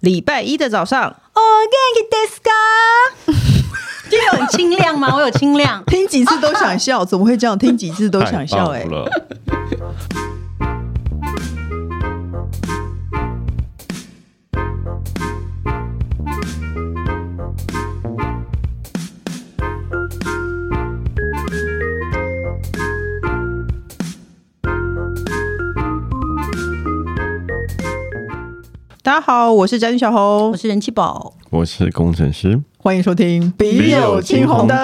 礼拜一的早上，哦，gangi deska，就有很清亮吗？我有清亮。听几次都想 笑，怎么会这样？听几次都想笑、太哎棒，了！哎大家好，我是宅女小我红，是人气宝， 我是工程师，欢迎收听《笔友青红灯》。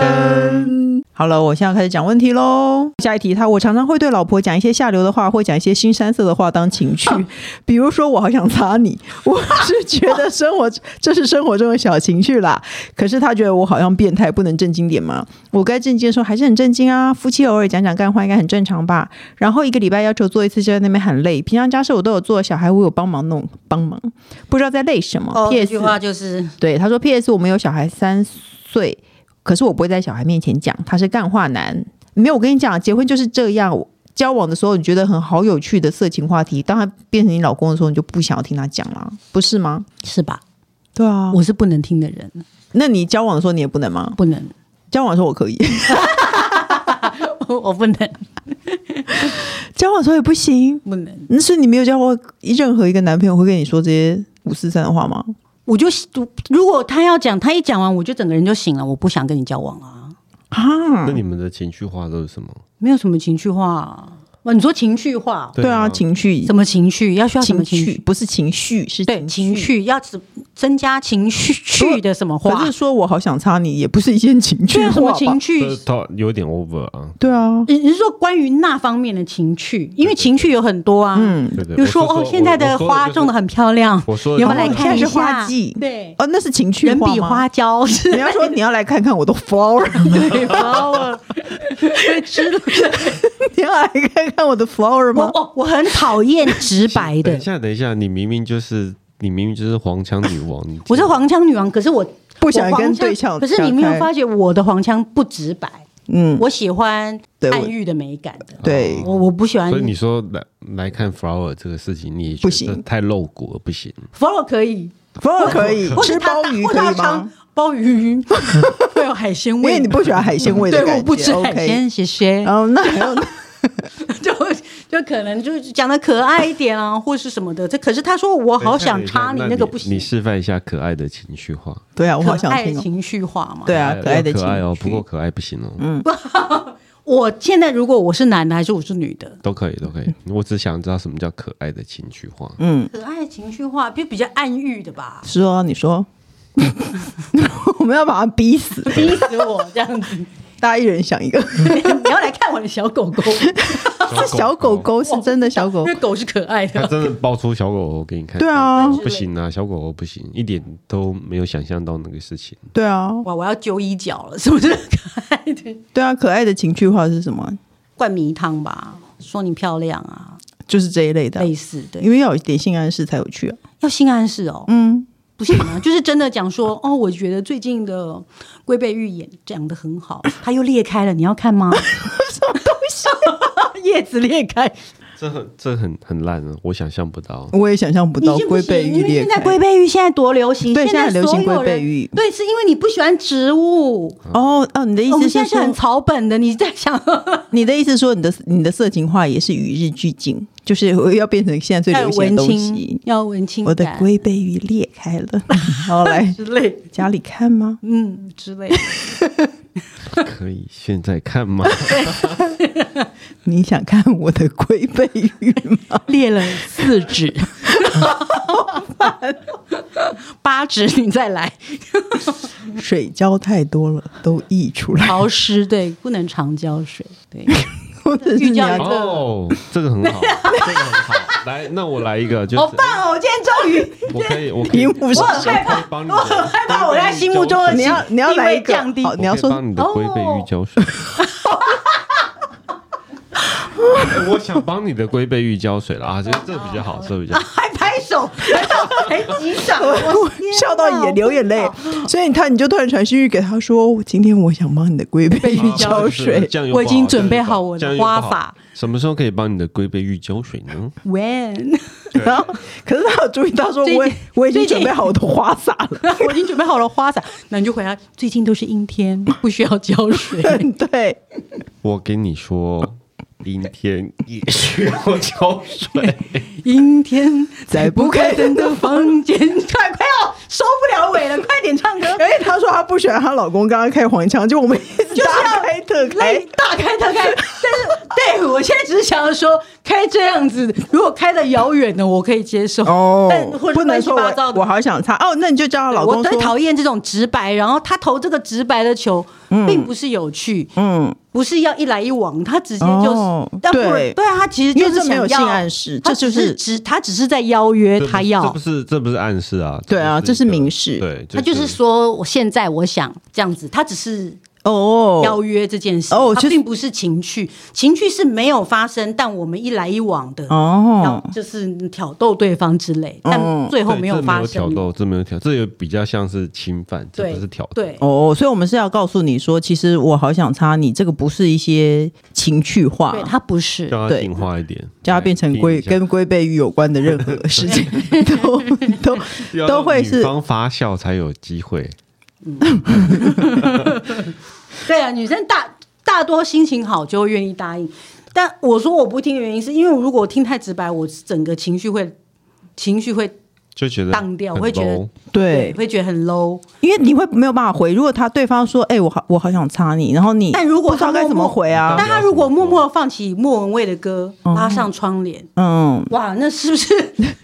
好了，我现在开始讲问题喽。下一题，他我常常会对老婆讲一些下流的话，或讲一些新三色的话当情趣，啊比如说我好想擦你。 我是觉得生活 这是生活中的小情趣啦。可是他觉得我好像变态，不能正经点吗？我该正经的时候还是很正经啊。夫妻偶尔讲讲干话应该很正常吧。然后一个礼拜要求做一次，就在那边喊累。平常家事我都有做，小孩我有帮忙弄帮忙，不知道在累什么。哦，这 P.S. 句话就是对，他说 P.S. 我们有小孩三岁，可是我不会在小孩面前讲，他是干话男。没有，我跟你讲，结婚就是这样。交往的时候你觉得很好有趣的色情话题，当他变成你老公的时候，你就不想要听他讲了，不是吗？是吧？对啊我是不能听的人，那你交往的时候你也不能吗？不能，交往的时候我可以， 我不能， 交往的时候也不行。不能。那是你没有交过任何一个男朋友会跟你说这些五四三的话吗？我就如果他要讲，他一讲完我就整个人就醒了，我不想跟你交往啊，啊那，你们的情绪化都是什么？没有什么情绪化啊。哇，你说情绪化，对啊，情绪什么情绪？要需要什么情情绪绪？不是情绪，是对，情。绪要增增加情绪去的什么可话是？说我好想插你，也不是一件情对绪啊，什话么吧？情绪？这他有点 over 啊。对啊，你你是说关于那方面的情趣？因为情趣有很多啊，嗯，对对，比如说我是哦，现在的花种的，很漂亮，我说你的要就不是要来我说的就现看一是在下？是花季对，哦，那是情趣人化比吗花娇是 你要说你要来看看我的 flower， flower，直你要来看看我的 flower 我吗？哦，我很讨厌直白等的一，下，等一下，你明明就是你明明就是黄腔女王， 你我是黄腔女王，可是我不想我黄跟腔对象可是你没有发觉我的黄腔不直白，嗯，我喜欢对我暗喻的美感的，哦对，我我不喜欢所以你说来来看 flower 这个事情，你不行太露骨了，不行。 flower 可以， flower 可以或吃者它鲍鱼或可者它以吗汤？？鲍鱼 会有海鲜因味，为你不喜欢海鲜味的感对，觉，我不吃海 OK。鲜，谢谢。哦，那还有就就可能就是讲的可爱一点啊，或是什么的。这可是他说我好想插你等一下那个不你行，示范一下可爱的情绪化。 对啊，我可好想爱听哦。情绪化嘛。对啊，可爱的可爱哦，情不绪嗯够可爱不行哦。我现在如果我是男的还是我是女的，都可以，都可以。我只想知道什么叫可爱的情绪化。嗯，可爱情绪化就比较暗喻的吧，说啊你 说，我们要把他逼死，逼死我这样子。大家一人想一个。嗯你要来看我的小狗狗，是 小狗，狗，是真的小狗因为。狗是可 爱它的。真的抱出小狗狗给你看。对啊不行啊，小狗狗不行，一点都没有想象到那个事情。对啊，哇，我要揪衣角了，是不是？可爱的对啊，可爱的情绪化是什么？灌迷汤吧，说你漂亮啊，就是这一类的啊，类似的。因为要有一点性暗示才有趣啊。要性暗示哦，嗯，不行啊， 就是真的讲说，哦，我觉得最近的龟背玉眼讲的很好，它又裂开了，你要看吗？ 什么东西、啊 叶子裂开，这很这很很烂啊，我想象不到。我也想象不到你信不龟信背玉因为裂现在开。龟背玉现在多流行，对现在在很流行所有龟背人玉对，是因为你不喜欢植物。哦哦，你的意我思们现在是是很说，草本的，你在想你的意思是说你的你的色情化也是与日俱进，就是要变成 现在最要有流行文的东青西，。要文青感，我的龟背玉裂开了， 然后来之类，家里看吗？嗯之类的。可以现在看 吗？你想看我的龟背玉吗？裂了四指， 哦八指你再来，水浇太多了，都溢出来。潮湿对，不能常浇水 对。或者是你寓要教哦，这个很好，这个很好。来，那我来一个，就好是棒哦！我今天终于，我可以，我可以屏，幕我上很害我可以怕，帮你我很害怕，我在心目中的你要你要地位来一个降低。好你要我可以说帮你的龟背玉浇水。哦 我想帮你的龟背玉浇水了啊，这这比较好，这比较好。还拍手，还到还击 掌，我天哪笑到眼流眼泪，所以他你就突然传讯息给他说：“我今天我想帮你的龟 背玉浇水。这样又不我已经准备好我的这样又不花法。什么时候可以帮你的龟背玉浇水呢？ When 然后，可是他有注意到说，最近我也我已经最近准备好我的花洒了。 我已经准备好了花洒，那你就回答，最近都是阴天，不需要浇水。 对，我跟你说，阴天也需要浇 水。阴天在不开灯的房 间，快快要收不了尾了，快点唱歌，而且她哎说她不喜欢她老公刚刚开黄腔，就我们一直就是要大开特开泪，大开大开。但 是对我现在只是想要说，开这样子，如果开的遥远的，我可以接受哦但或者哦不能乱七说八我糟我的。好想擦哦，那你就叫她老我公最说，讨厌这种直白，然后他投这个直白的球，并不是有趣，嗯，不是要一来一往，他直接就是，哦但不对对啊，他其实因就为是这没有想性要暗示，他这就只是是只他只是在邀约这不他是这要不，是这不是暗示啊？对啊这这是一个明示对，他就是说我现在我想这样子，他只是哦，邀约这件事，哦它就是并不是情趣，情趣是没有发生，但我们一来一往的，哦挑，就是挑逗对方之类，哦但最对后没有这发挑生。逗，这没有挑，这也比较像是侵犯，这对不是挑逗。对，哦，所以我们是要告诉你说，其实我好想擦你，这个不是一些情趣化对，，它不是。叫他对进化一点，哎叫它变成龟听一下跟龟背鱼有关的任何事 情都都要都会是女方发酵才有机会。对啊，女生大大多心情好就会愿意答应，但我说我不听的原因是因为如果我听太直白，我整个情绪会情绪会就觉得荡掉很会觉得 low 对，会觉得很 low。因为你会没有办法回。如果他对方说：“哎、我好我好想插你”，然后你但如果不知道他该默怎么默回啊，但他如果默默地放起莫文蔚的歌，哦拉上窗帘，嗯，哇，那是 不是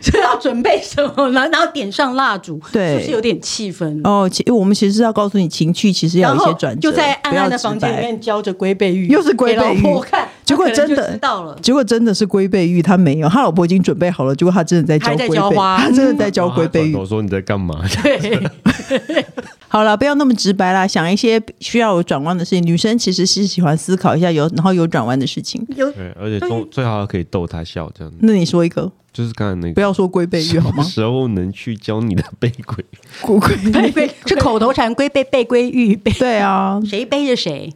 是要准备什么？然后然后点上蜡烛，对是不是有点气氛？哦，其我们其实是要告诉你，情趣其实要然有一些后转折，就在暗暗的不要房直间里白。面教着龟背玉，又是龟背玉给老婆看，结果他可能真的就知道了。结果真的是龟背玉，他没有，他老婆已经准备好了，结果他真的在教还在龟浇背，花他真的在教然后龟他背啊转玉头。说你在干嘛？对，好了，不要那么直白啦，想一些需要有转弯的事情。女生其实是喜欢思考一下有，然后有转弯的事情。有对，而且中最好可以逗他笑，这样子那你说一个，就是刚才那个不要说龟背玉好吗？时候能去教你的背鬼，骨龟龟背是口头禅，龟背背龟玉背， 对啊，谁背着谁？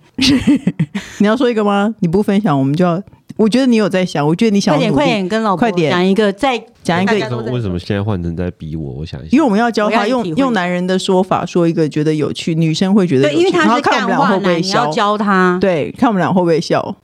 你要说一个吗？你不分享，我们就要。我觉得你有在想，我觉得你想快要点努力快点跟老快婆点讲一个，再讲一个 大家都在为什么现在换成在逼我？我想一因下为，我们要教我要他你用体会用男人的说法说一个觉得有趣，女生会觉得对，有趣，因为然他后是看我干们俩话会不男，会你要笑，教他。对，看我们俩会不会笑。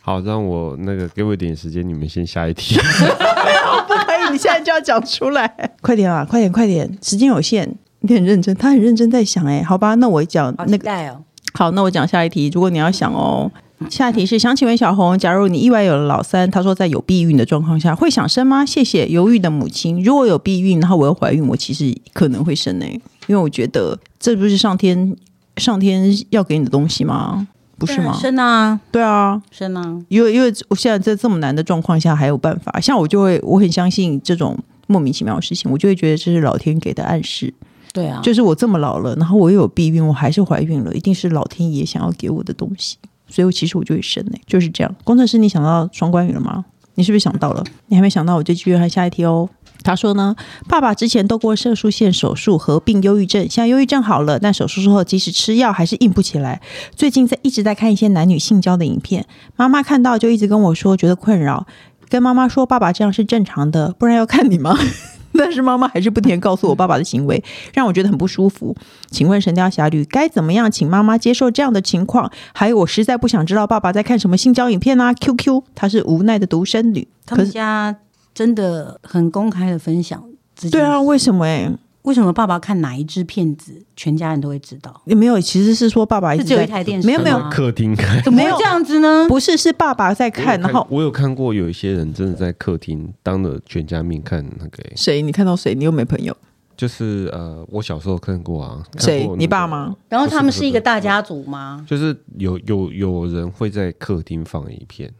好，让我那个给我一点时间，你们先下一题。不可以，你现在就要讲出来， 快点啊，快点，快点，时间有限。你很认真，他很认真在想、哎，好吧，那我讲好那期个，待哦！好，那我讲下一题。如果你要想哦，下一题是想请问小红，假如你意外有了老三，他说在有避孕的状况下会想生吗？谢谢。犹豫的母亲，如果有避孕，然后我又怀孕，我其实可能会生哎、因为我觉得这不是上天上天要给你的东西吗？不是吗？生啊，对啊，生啊！因为因为我现在在这么难的状况下还有办法，像我就会我很相信这种莫名其妙的事情，我就会觉得这是老天给的暗示，对啊，就是我这么老了，然后我又有避孕，我还是怀孕了，一定是老天爷想要给我的东西，所以我其实我就会生呢、就是这样。工程师，你想到双关语了吗？你是不是想到了？你还没想到，我就继续看下一题哦。他说呢，爸爸之前动过射术线手术，合并忧郁症，现在忧郁症好了，但手术之后即使吃药还是硬不起来。最近在一直在看一些男女性交的影片，妈妈看到就一直跟我说觉得困扰，跟妈妈说爸爸这样是正常的，不然要看你吗？ 但是妈妈还是不停地告诉我爸爸的行为，让我觉得很不舒服。请问《神雕侠侣》该怎么样请妈妈接受这样的情况？还有，我实在不想知道爸爸在看什么性交影片啊！QQ，她是无奈的独生女。他可们是，家真的很公开的分享自己。对啊，，为什么、欸？为什么爸爸看哪一支片子，全家人都会知道？也没有，其实是说爸爸一是直只有在一台电 视没有没有啊吗客厅看，怎么没会有这样子呢？不是是爸爸在我有看，然后我有看过有一些人真的在客厅当着全家面看那个、欸谁？你看到谁？你又没朋友？就是呃，我小时候看过啊，看过谁那？个你爸？吗？然后他们不是不是是一个大家族吗？就是有有有人会在客厅放影片，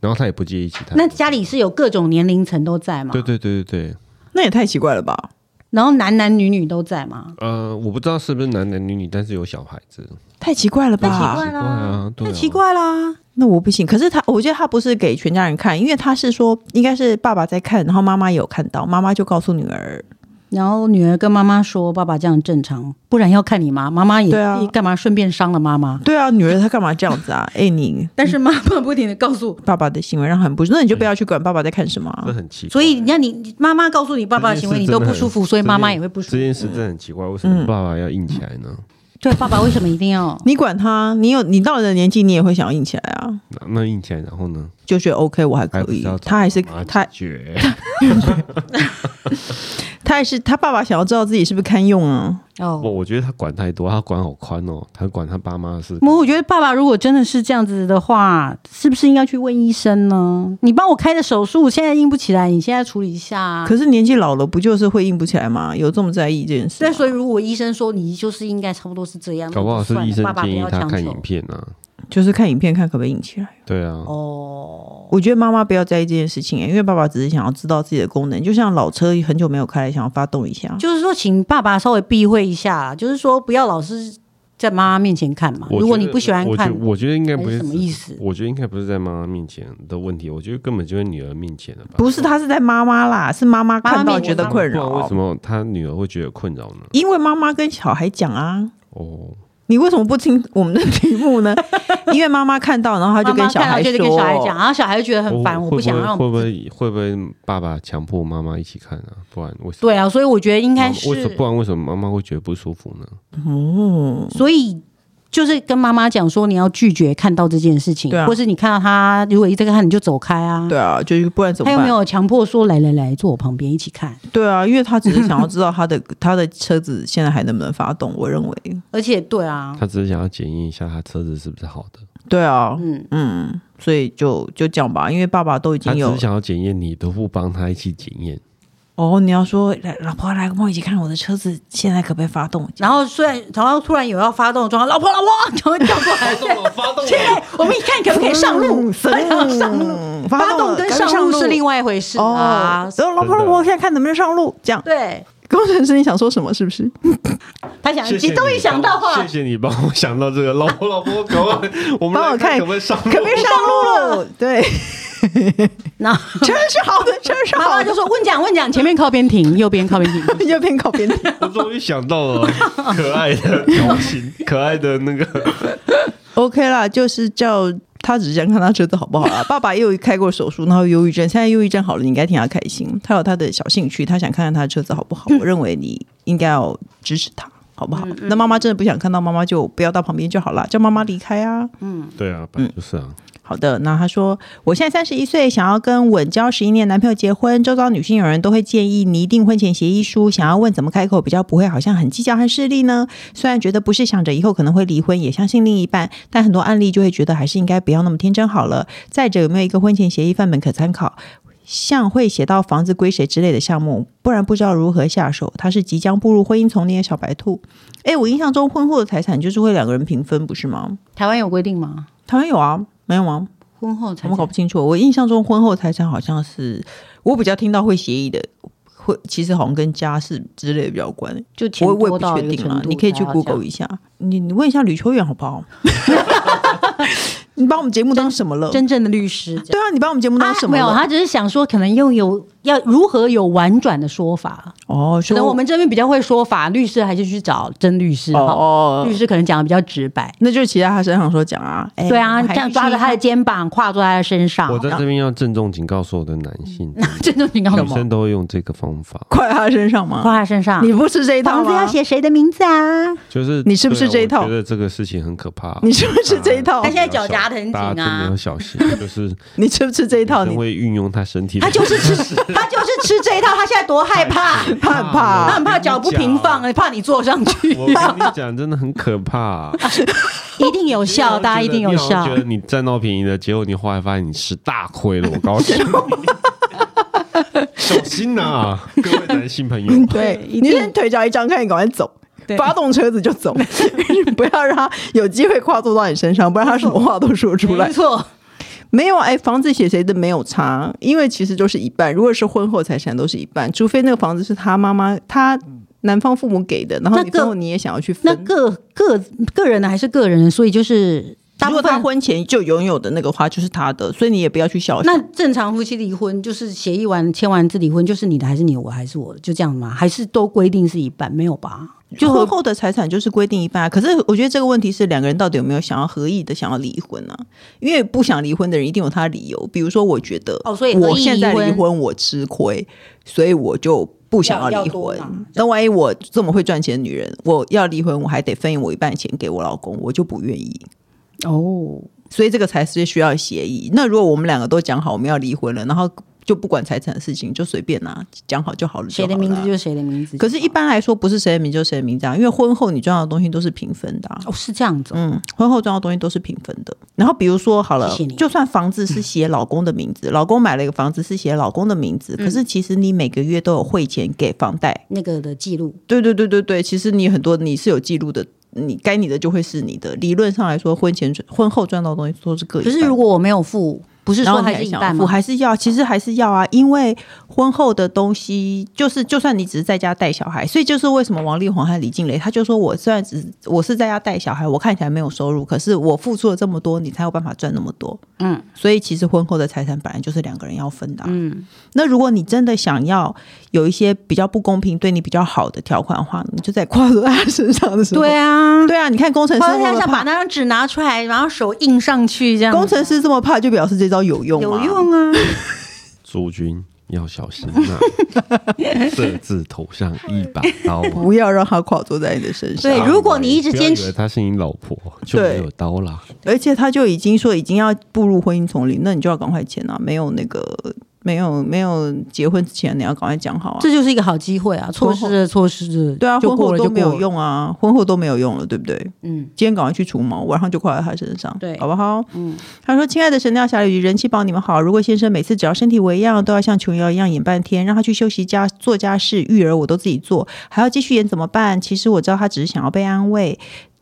然后他也不介意其他人。那家里是有各种年龄层都在吗？对。对对对对，那也太奇怪了吧！然后男男女女都在吗？呃，我不知道是不是男男女女，但是有小孩子，太奇怪了太吧！奇怪对啊啦，，对太啊奇。怪啦！那我不行。可是他，我觉得他不是给全家人看，因为他是说应该是爸爸在看，然后妈妈有看到，妈妈就告诉女儿。然后女儿跟妈妈说：“爸爸这样正常，不然要看你妈。妈妈也对啊你干嘛顺便伤了妈妈？对啊，女儿她干嘛这样子啊？哎、你但是妈妈不停的告诉，爸爸的行为让她很不适，那你就不要去管爸爸在看什么、啊这。很奇怪。所以你看你你妈妈告诉你爸爸的行为，你都不舒服，所以妈妈也会不舒这服。件事真的很奇怪，嗯为什么爸爸要硬起来呢？对，爸爸为什么一定要？你管他，你有你到了的年纪，你也会想要硬起来啊，那那硬起来，然后呢？就觉得 OK，我还可还不是以要。他还是他他决他还是他爸爸想要知道自己是不是堪用啊。我哦，我觉得他管太多，他管好宽哦，他管他爸妈的事。我我觉得爸爸如果真的是这样子的话，是不是应该去问医生呢？你帮我开的手术现在硬不起来，你现在处理一下、啊。可是年纪老了，不就是会硬不起来吗？有这么在意这件事吗？对，所以如果医生说你就是应该差不多是这样，搞不好是那就医算了生爸爸不建议要他强看求影片啊。就是看影片看可不可以硬起来。对啊，哦，我觉得妈妈不要在意这件事情、因为爸爸只是想要知道自己的功能，就像老车很久没有开了，想要发动一下。就是说，请爸爸稍微避讳一下啦，就是说不要老是在妈妈面前看嘛。我觉如果你得不喜欢我觉看得，我觉得应该不还是是什么意思我觉得应该不是在妈妈面前的问题，我觉得根本就是女儿面前的吧。不是，他是在妈妈啦，是妈妈看到觉得困不然为扰什。么他女儿会觉得困扰呢？因为妈妈跟小孩讲啊，哦，你为什么不听我们的题目 呢？因为妈妈看到，然后她就妈跟妈小看到孩就说，得跟小孩讲，然啊后小孩就觉得很烦，我会不想会让我会们不会会不会爸爸强迫妈妈一起看啊？不然为什么？对啊，所以我觉得应该妈妈为什是不，然为什么妈妈会觉得不舒服呢？所以。就是跟妈妈讲说你要拒绝看到这件事情，对啊或是你看到他如果一直看你就走开啊。对啊，就是不然怎他么又没办？有强迫说来来来坐我旁边一起看，对啊，因为他只是想要知道他的他的车子现在还能不能发动。我认为，而且对啊，嗯他只是想要检验一下他车子是不是好的，对啊，嗯嗯，所以就就这样吧，因为爸爸都已他经只有是想要检验你，都不帮他一起检验。哦。你要说来，老婆来，跟我一起看我的车子现在可不可以发动？然后虽然，然后突然有要发动的状况，老婆老婆，赶快叫过来，发动了，发动了，我们一看可不可以上路？嗯上路，嗯发动了跟赶快上路是另外一回事啊哦。。然后老婆，真的我现在看能不能上路，这样。对，工程师，你想说什么？是不是？他啊想，谢谢你终于你想到帮我话谢，谢你帮我想到这个，老 婆老婆，赶快，我们帮来我看看可不可以上可不 可以上路？ 对，然后车是好的，车是 妈好妈就的，说问讲问讲，前面靠边停，右边靠边停。 右边靠边停。我终于想到了可爱的表 情，可爱的那个 OK 啦，就是叫他只是想看他车子好不好啦。 爸爸也有开过手术，然后忧郁症，现在忧郁症好了，你应该替他开心。他有他的小兴趣，他想看看他的车子好不好。我认为你应该要支持他。好不好？那妈妈真的不想看到，妈妈就不要到旁边就好啦，叫妈妈离开啊。对啊，本来就是啊，好的，那他说，我现在三十一岁，想要跟稳交十一年男朋友结婚。周遭女性友人都会建议拟定婚前协议书，想要问怎么开口比较不会好像很计较和势利呢？虽然觉得不是想着以后可能会离婚，也相信另一半，但很多案例就会觉得还是应该不要那么天真好了。再者，有没有一个婚前协议范本可参考？像会写到房子归谁之类的项目，不然不知道如何下手。他是即将步入婚姻丛林的小白兔。诶，我印象中婚后的财产就是会两个人平分，不是吗？台湾有规定吗？台湾有啊，没有吗？婚后才我搞不清楚。我印象中婚后财产好像是我比较听到会协议的，会其实好像跟家事之类比较有关。就钱我我也不多到确一个定程了，度你可以才去要 Google 一下。你你问一下吕秋远好不好？ 你把我们节目当什么了讲？真正的律师这样。对啊，你把我们节目当什啊么没了？有，他只是想说，可能用有要如何有婉转的说法。哦，可说能我们这边比较会说法，律师还是去找真律师哦好嗯哦，律师可能讲的比较直白。那就是骑在他身上说讲啊，哎对我啊，们还这样去抓着吃他的肩膀，跨坐在他的身上我。在这边要郑重警告所有的男性， 这种情况女生啊都会用这个方法，快他身上跨吗？在他身上你。不是这一套房子要吗？写谁的名字啊？就是你是不是对啊这一套我觉得这个事情很可怕，啊你是不是这一套他？现在脚夹得很紧大家真的要啊，小心， 就是你是不是这一套？哦真你会运用他身体的，他就是 吃，他就是吃这一套，他现在多害怕，怕很怕他啊很怕脚不平啊放，啊哎怕你坐上去，我跟你讲，真的很可怕、 一定有效，啊大家一定有你好像效觉。得你占到便宜了，结果你后来发现你吃大亏了，我告诉你。 小心呐、各位男性朋友，对，一你定先腿脚一张开，你赶快走对，发动车子就走， 不要让他有机会跨坐到你身上，不然他什么话都说出来没。错，没有哎，房子写谁的没有差，因为其实都是一半，如果是婚后财产都是一半，除非那个房子是他妈妈他男方父母给的，然后那你个婚后你也想要去那分。个个个人的还是个人的，所以就是大如果部分他婚前就拥有的那个花就是他的，所以你也不要去小那正常夫妻离婚就是协议完、签完字离婚，就是你的还是你的，我还是我的，就这样吗？还是都规定是一半？没有吧？就就婚后的财产就是规定一半啊、可是我觉得这个问题是两个人到底有没有想要合意的想要离婚呢、啊因为不想离婚的人一定有他的理由，比如说我觉得哦所以合意我现在离婚离婚我吃亏，所以我就不想要离要多婚嘛。那万一我这么会赚钱的女人，我要离婚我还得分我一半钱给我老公，我就不愿意。哦，所以这个才是需要协议。那如果我们两个都讲好我们要离婚了，然后就不管财产的事情，就随便啊，讲好就好了就谁好了啊。的名字就是谁的名字。可是，一般来说，不是谁的名就是谁的名字啊，因为婚后你赚到的东西都是平分的、啊。哦是这样子哦、嗯，婚后赚到的东西都是平分的。然后比如说好了，谢谢你就算房子是写老公的名字，老公买了一个房子是写老公的名字，嗯可是其实你每个月都有汇钱给房贷。那个的记录对对对对对，其实你很多你是有记录的，你该你的就会是你的。理论上来说，婚前赚婚后赚到的东西都是各一可半。是如果我没有付，不是然后说你还是一想半付吗？还是要，其实还是要啊，因为婚后的东西就是，就算你只是在家带小孩，所以就是为什么王力宏和李静蕾，他就说我虽然只我是在家带小孩，我看起来没有收入，可是我付出了这么多，你才有办法赚那么多。嗯所以其实婚后的财产本来就是两个人要分的啊、嗯，那如果你真的想要有一些比较不公平、对你比较好的条款的话，你就在跨到他身上的时候，对啊，对啊，你看工程师好那像么想把怕，那张纸拿出来，然后手印上去这样。工程师这么怕，就表示这招有用有吗？用啊，诸君要小心呐、各自 头上一把刀啊、不要让他跨坐在你的身上。对如果你一直坚持不要以为她是你老婆，就没有刀啦。而且他就已经说已经要步入婚姻丛林，那你就要赶快签啊！没有那个没有没有结婚之前，你要赶快讲好啊！这就是一个好机会啊，错失了错失了，对啊，就婚过后了都就没过有了。用啊，婚后都没有用了，对不对？嗯，今天赶快去除毛，晚上就挂在他身上，对好不好？嗯，他说：“亲爱的神雕侠侣，人气宝，你们好。如果先生每次只要身体为恙，都要像琼瑶一样演半天，让他去休息家做家事、育儿，我都自己做，还要继续演怎么办？其实我知道他只是想要被安慰。”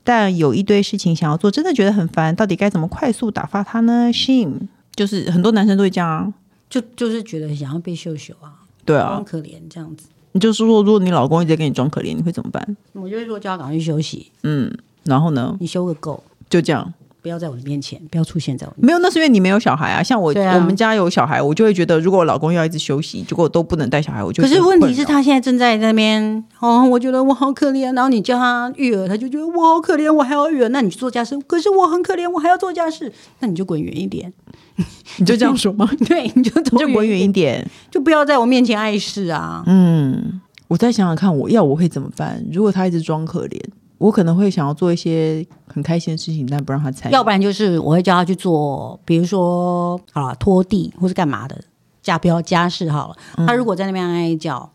但有一堆事情想要做，真的觉得很烦，到底该怎么快速打发他呢？Shame，就是很多男生都会这样啊。就就是觉得想要被秀秀啊，对装啊，可怜这样子，你就是说，如果你老公一直在跟你装可怜，你会怎么办？我就会说叫他赶快去休息，嗯，然后呢，你休个够，就这样。不要在我的面前，不要出现在我的面没有，那是因为你没有小孩啊。像我，对啊我们家有小孩，我就会觉得，如果我老公要一直休息，结果都不能带小孩，我就前。可是觉得问很题是，困扰他现在正在那边哦，我觉得我好可怜。然后你叫他育儿，他就觉得我好可怜，我还要育儿。那你去做家事，可是我很可怜，我还要做家事，那你就滚远一点。 你就这样说吗？对， 你就你走就滚远一点，点。就不要在我面前碍事啊。嗯，我再想想看，我要我会怎么办？如果他一直装可怜，我可能会想要做一些很开心的事情，但不让他参与。要不然就是我会叫他去做，比如说好了拖地或是干嘛的家不要家事好了。他如果在那边哀哀叫，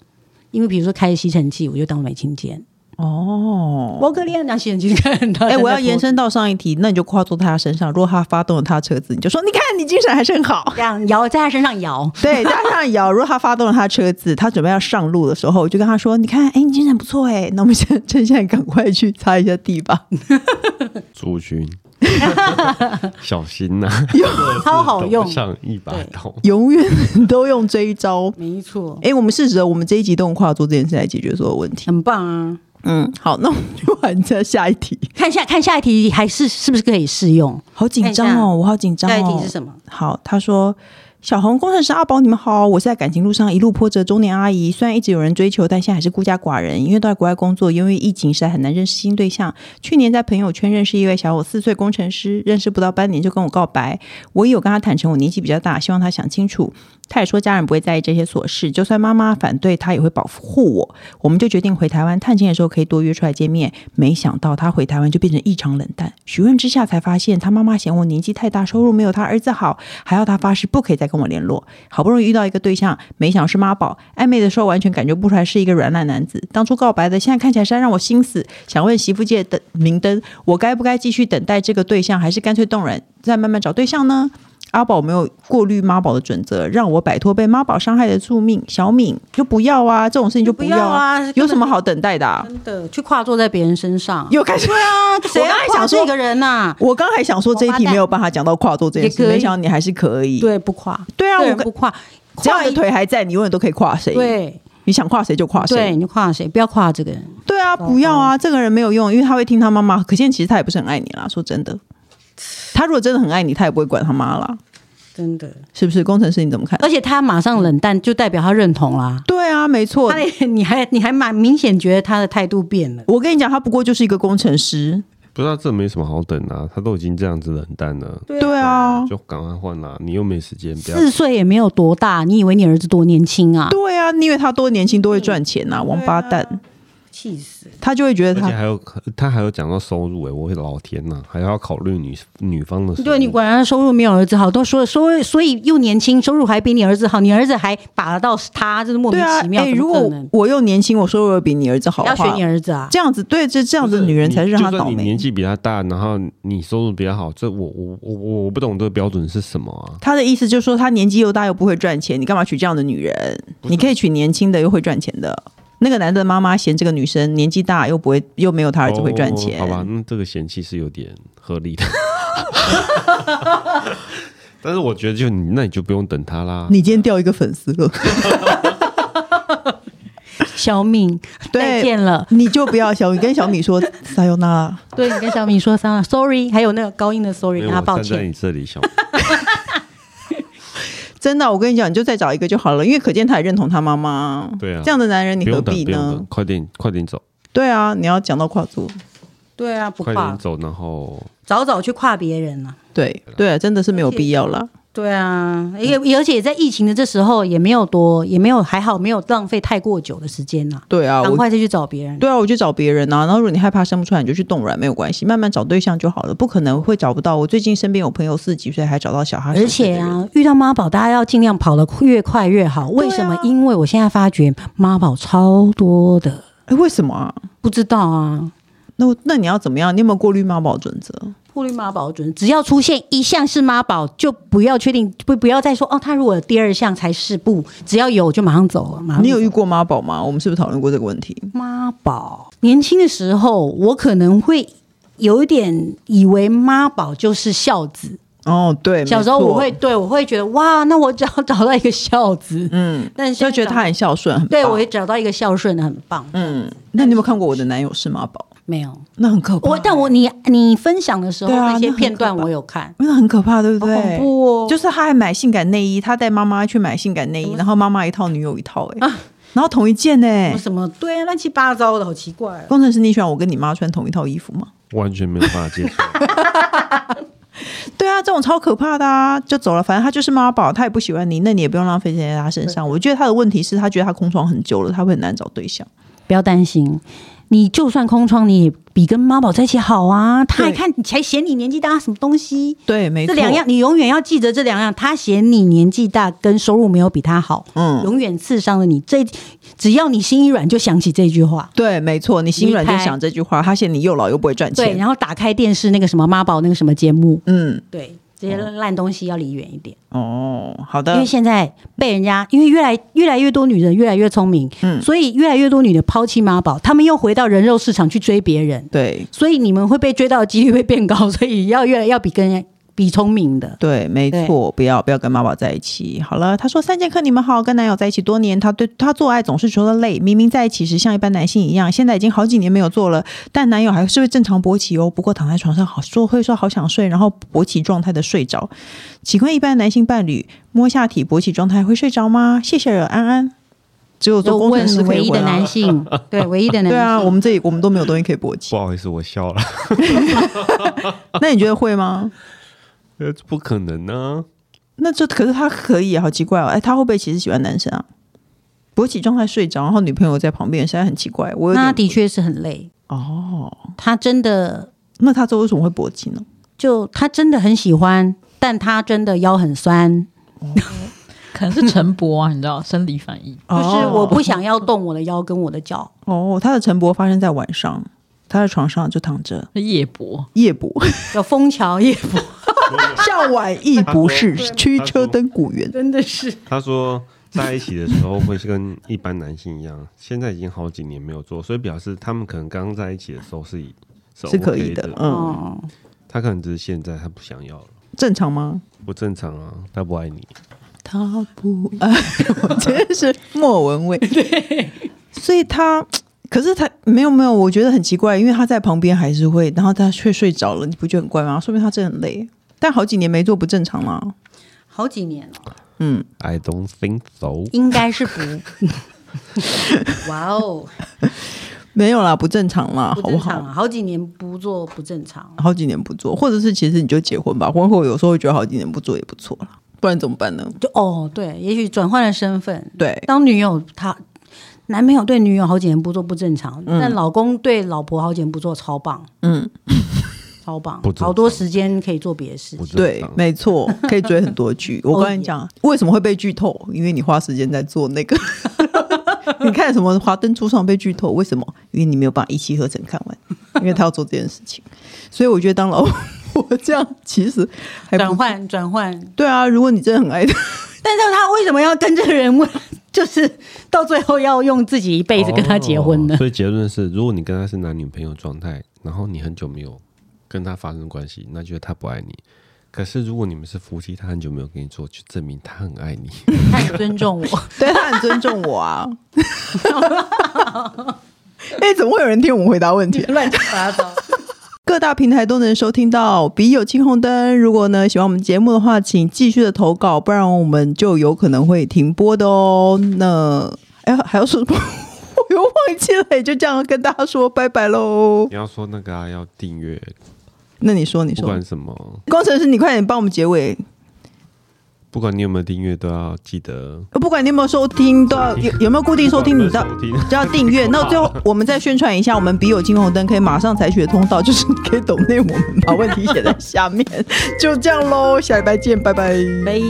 因为比如说开吸尘器，我就当没听见。哦，我可怜，拿吸尘器 看他。哎、我要延伸到上一题，那你就跨坐在他身上。如果他发动了他的车子，你就说：“你看，你精神还是很 好。这样摇在他身上摇”。对，加上摇。如果他发动了他的车子，他准备要上路的时候，我就跟他说：“你看，哎、你精神不错哎，那我们现在趁现在赶快去擦一下地吧。诸君小心呐、超好用头上一把刀”。永远都用这一招。 没错，哎、我们事实的，我们这一集都用跨坐这件事来解决所有问题。很棒啊！嗯，好，那我们就玩下下一题。看下看下一题，还是是不是可以适用？好紧张看一下哦，我好紧张哦。下一题是什么？好，他说：“小红工程师阿宝，你们好，我是在感情路上一路波折的中年阿姨。虽然一直有人追求，但现在还是孤家寡人，因为都在国外工作，因为疫情实在很难认识新对象。去年在朋友圈认识一位小我四岁工程师，认识不到半年就跟我告白，我也有跟他坦诚我年纪比较大，希望他想清楚。他也说家人不会在意这些琐事，就算妈妈反对，他也会保护我。我们就决定回台湾探亲的时候可以多约出来见面。没想到他回台湾就变成异常冷淡。询问之下才发现，他妈妈嫌我年纪太大，收入没有他儿子好，还要他发誓不可以再跟我联络。好不容易遇到一个对象，没想到是妈宝，暧昧的时候完全感觉不出来是一个软烂男子。当初告白的，现在看起来是在让我心死。想问媳妇界的明灯，我该不该继续等待这个对象，还是干脆动人，再慢慢找对象呢？阿宝没有过滤妈宝的准则，让我摆脱被妈宝伤害的宿命。小敏就不要啊，这种事情就不要啊，啊有什么？好等待的、啊？真的去跨坐在别人身上，又开始对啊谁我要刚才跨想这说个，人啊呐？我刚才想说这一题没有办法讲到跨度这件也事，可以没想到你还是可以。对，不跨，对啊，个我人跟不跨，只要跨你的一腿还在，你永远都可以跨谁。，对。你想跨谁就跨对，谁。你就跨谁，不要跨这个人，啊 对啊，不要啊，这个人没有用，因为他会听他妈妈。可现在其实他也不是很爱你啦，说真的。他如果真的很爱你，他也不会管他妈了，真的。是不是？工程师你怎么看？而且他马上冷淡，就代表他认同啦。对啊，没错他。的你还你还蛮明显觉得他的态度变了。我跟你讲，他不过就是一个工程师。不知道这没什么好等啊，他都已经这样子冷淡了，对啊，就赶快换啦，你又没时间，不要四岁也没有多大，你以为你儿子多年轻啊？对啊，你以为他多年轻多会赚钱呐、王八蛋！气死！他就会觉得而且他还有他还有讲到收入哎、我会老天呐、还要考虑女女方的收入对你果然收入没有儿子好，都说收所以又年轻，收入还比你儿子好，你儿子还把得到他，真是莫对名啊其，妙。哎、怎么如可果能我又年轻，我收入又比你儿子好要的选话你，儿子啊？这样子对，这这这样子的女人才让他倒你年霉。纪比他大，然后你收入比较好，这我我我我我不懂这个标准是什么啊？他的意思就是说，他年纪又大又不会赚钱，你干嘛娶这样的女人？你可以娶年轻的又会赚钱的。那个男的妈妈嫌这个女生年纪大又不会又没有他儿子会赚钱，哦好吧，那这个嫌弃是有点合 理的。但是我觉得，就你那你就不用等他啦。你今天掉一个粉丝了，小敏， 对再见了。你就不要小米跟小米 说撒由那拉。对你跟小敏说声 sorry，还有那个高音的 sorry，没有跟他我抱站在歉。你这里，小真的，我跟你讲，你就再找一个就好了，因为可见他也认同他妈妈。对啊这样的男人 你不何用等，必不用等呢，？快点快点走，对啊，你要讲到跨度，对啊，不快点跨，走，然后早早去跨别人了。对对啊、真的是没有必要了。对啊，也也而且在疫情的这时候也没有多，也没有还好没有浪费太过久的时间呐、对啊，赶我快再去找别人。对啊，我去找别人啊。然后如果你害怕生不出来，你就去冻卵，没有关系，慢慢找对象就好了。不可能会找不到。我最近身边有朋友四十几岁还找到小孩，而且，啊，遇到妈宝，大家要尽量跑得越快越好。为什么？因为我现在发觉妈宝超多的，哎，为什么啊？不知道啊。那那你要怎么样？你有没有过滤妈宝准则？过滤妈宝准，只要出现一项是妈宝，就不要确定，不不要再说哦，他如果有第二项才是不，只要有就马上走了。马上你有走遇过妈宝吗？我们是不是讨论过这个问题？妈宝？年轻的时候，我可能会有一点以为妈宝就是孝子。哦，对，小时候没错我会对我会觉得哇，那我只要找到一个孝子，嗯，但是现就在觉得长他很孝顺，很对棒我也找到一个孝顺的，很棒。嗯，那你有没有看过我的男友是妈宝？没有，那很可怕。我但我你你分享的时候对啊那些片那很段可怕我有看，那很可怕，对不好对？恐怖哦！就是他还买性感内衣，他带妈妈去买性感内衣，然后妈妈一套，女友一套、哎、啊然后同一件呢、什么什么对啊乱七八糟的，好奇怪哦。工程师，你喜欢我跟你妈穿同一套衣服吗？完全没有办法接受。对啊，这种超可怕的啊！就走了，反正他就是妈宝，他也不喜欢你，那你也不用浪费时间在他身上。我觉得他的问题是他觉得他空窗很久了，他会很难找对象。不要担心，你就算空窗，你也比跟妈宝在一起好啊。他还对看你才嫌你年纪大，什么东西？对，没这错，两样，你永远要记着这两样。他嫌你年纪大，跟收入没有比他好，嗯，永远刺伤了你。这只要你心一软，就想起这句话。对，没错，你心软就离开想这句话，他嫌你又老又不会赚对，钱。然后打开电视那个什么妈宝那个什么节目，嗯，对，这些烂东西要离远一点。哦，好因为的，现在被人家，因为越来越来越多女人越来越聪明，嗯所以越来越多女的抛弃妈宝，她们又回到人肉市场去追别人，对所以你们会被追到的几率会变高，所以要越来要比跟人比聪明的。对，没对错，不要不要跟妈宝在一起。好了，他说三剑客你们好，跟男友在一起多年，他对他做爱总是觉得累，明明在一起时像一般男性一样，现在已经好几年没有做了，但男友还是会正常勃起哦。不过躺在床上好说会说好想睡，然后勃起状态的睡着。请问一般男性伴侣摸下体勃起状态会睡着吗？谢谢了，安安。只有就做工程师问可唯以一回的啊男性，对唯 一的男性，对啊，我们这里我们都没有东西可以勃起不，好意思，我笑了，那你觉得会吗？呃这不可能啊呢、那这可是他可以啊，好奇怪哦！哎，他会不会其实喜欢男生啊？勃起状态睡着，然后女朋友在旁边，实在很奇怪。我有那点的确是很累。哦，他真的那他这为什么会勃起呢？就他真的很喜欢，但他真的腰很酸，可能是晨勃啊，你知道生理反应。就是我哦不想要动我的腰跟我的脚。哦，他的晨勃发生在晚上，他在床上就躺着是夜勃，夜勃， 有枫桥夜不向晚意不是他说驱车登古原。 真的是他说在一起的时候会是跟一般男性一样，现在已经好几年没有做，所以表示他们可能刚在一起的时候是以是是 OK 可以的的，，嗯，哦，他可能只是现在他不想要了，正常吗？不正常啊，他不爱你， 他不爱我，真是莫文蔚。对，所以他可是他没有没有，我觉得很奇怪，因为他在旁边还是会，然后他却睡着了，你不觉得很怪吗？说明他真的很累，但好几年没做不正常啦。好几年了，嗯， I don't think so。应该是 不。哇哦，没有啦，不正常啦，不好不正好？常啊！好几年不做不正常，好几年不做，或者是其实你就结婚吧。婚后有时候会觉得好几年不做也不错啦，不然怎么办呢？就哦，对，也许转换了身份，对，当女友他男朋友对女友好几年不做不正常，嗯但老公对老婆好几年不做超棒，嗯， 超棒不正，常好多时间可以做别的事不情。正对常，没错，可以追很多剧。我跟你讲，为什么会被剧透？因为你花时间在做那个。你看什么《华灯初上》被剧透？为什么？因为你没有把一气呵成看完，因为他要做这件事情。所以我觉得当老我这样其实还转不换转换，对啊。如果你真的很爱他，但是他为什么要跟这个人问？ 就是到最后要用自己一辈子跟他结婚 呢 哦？所以结论是，如果你跟他是男女朋友状态，然后你很久没有跟他发生关系，那就是他不爱你。可是如果你们是夫妻，他很久没有跟你做，就证明他 很爱你。他很尊重我，对他很尊重我啊。 哎、怎么会有人听我们回答问题啊、 乱七八糟。各大平台都能收听到《笔友青红灯》。如果呢喜欢我们节目的话，请继续的投稿，不然我们就有可能会停播的哦。那哎，还要说什么？ 我又忘记了，就这样跟大家说拜拜喽。你要说那个啊，要订阅，那你说，你不说管，什么，工程师，你快点帮我们结尾。不管你有没有订阅，都要记得呃不管你有没有收听，都要有有没有固定收听，你都要收听就要哦订阅。那最后我们再宣传一下，我们笔友青红灯可以马上采取的通道，就是你可以抖内我们，把问题写在下面。就这样喽，下礼拜见，拜拜。拜。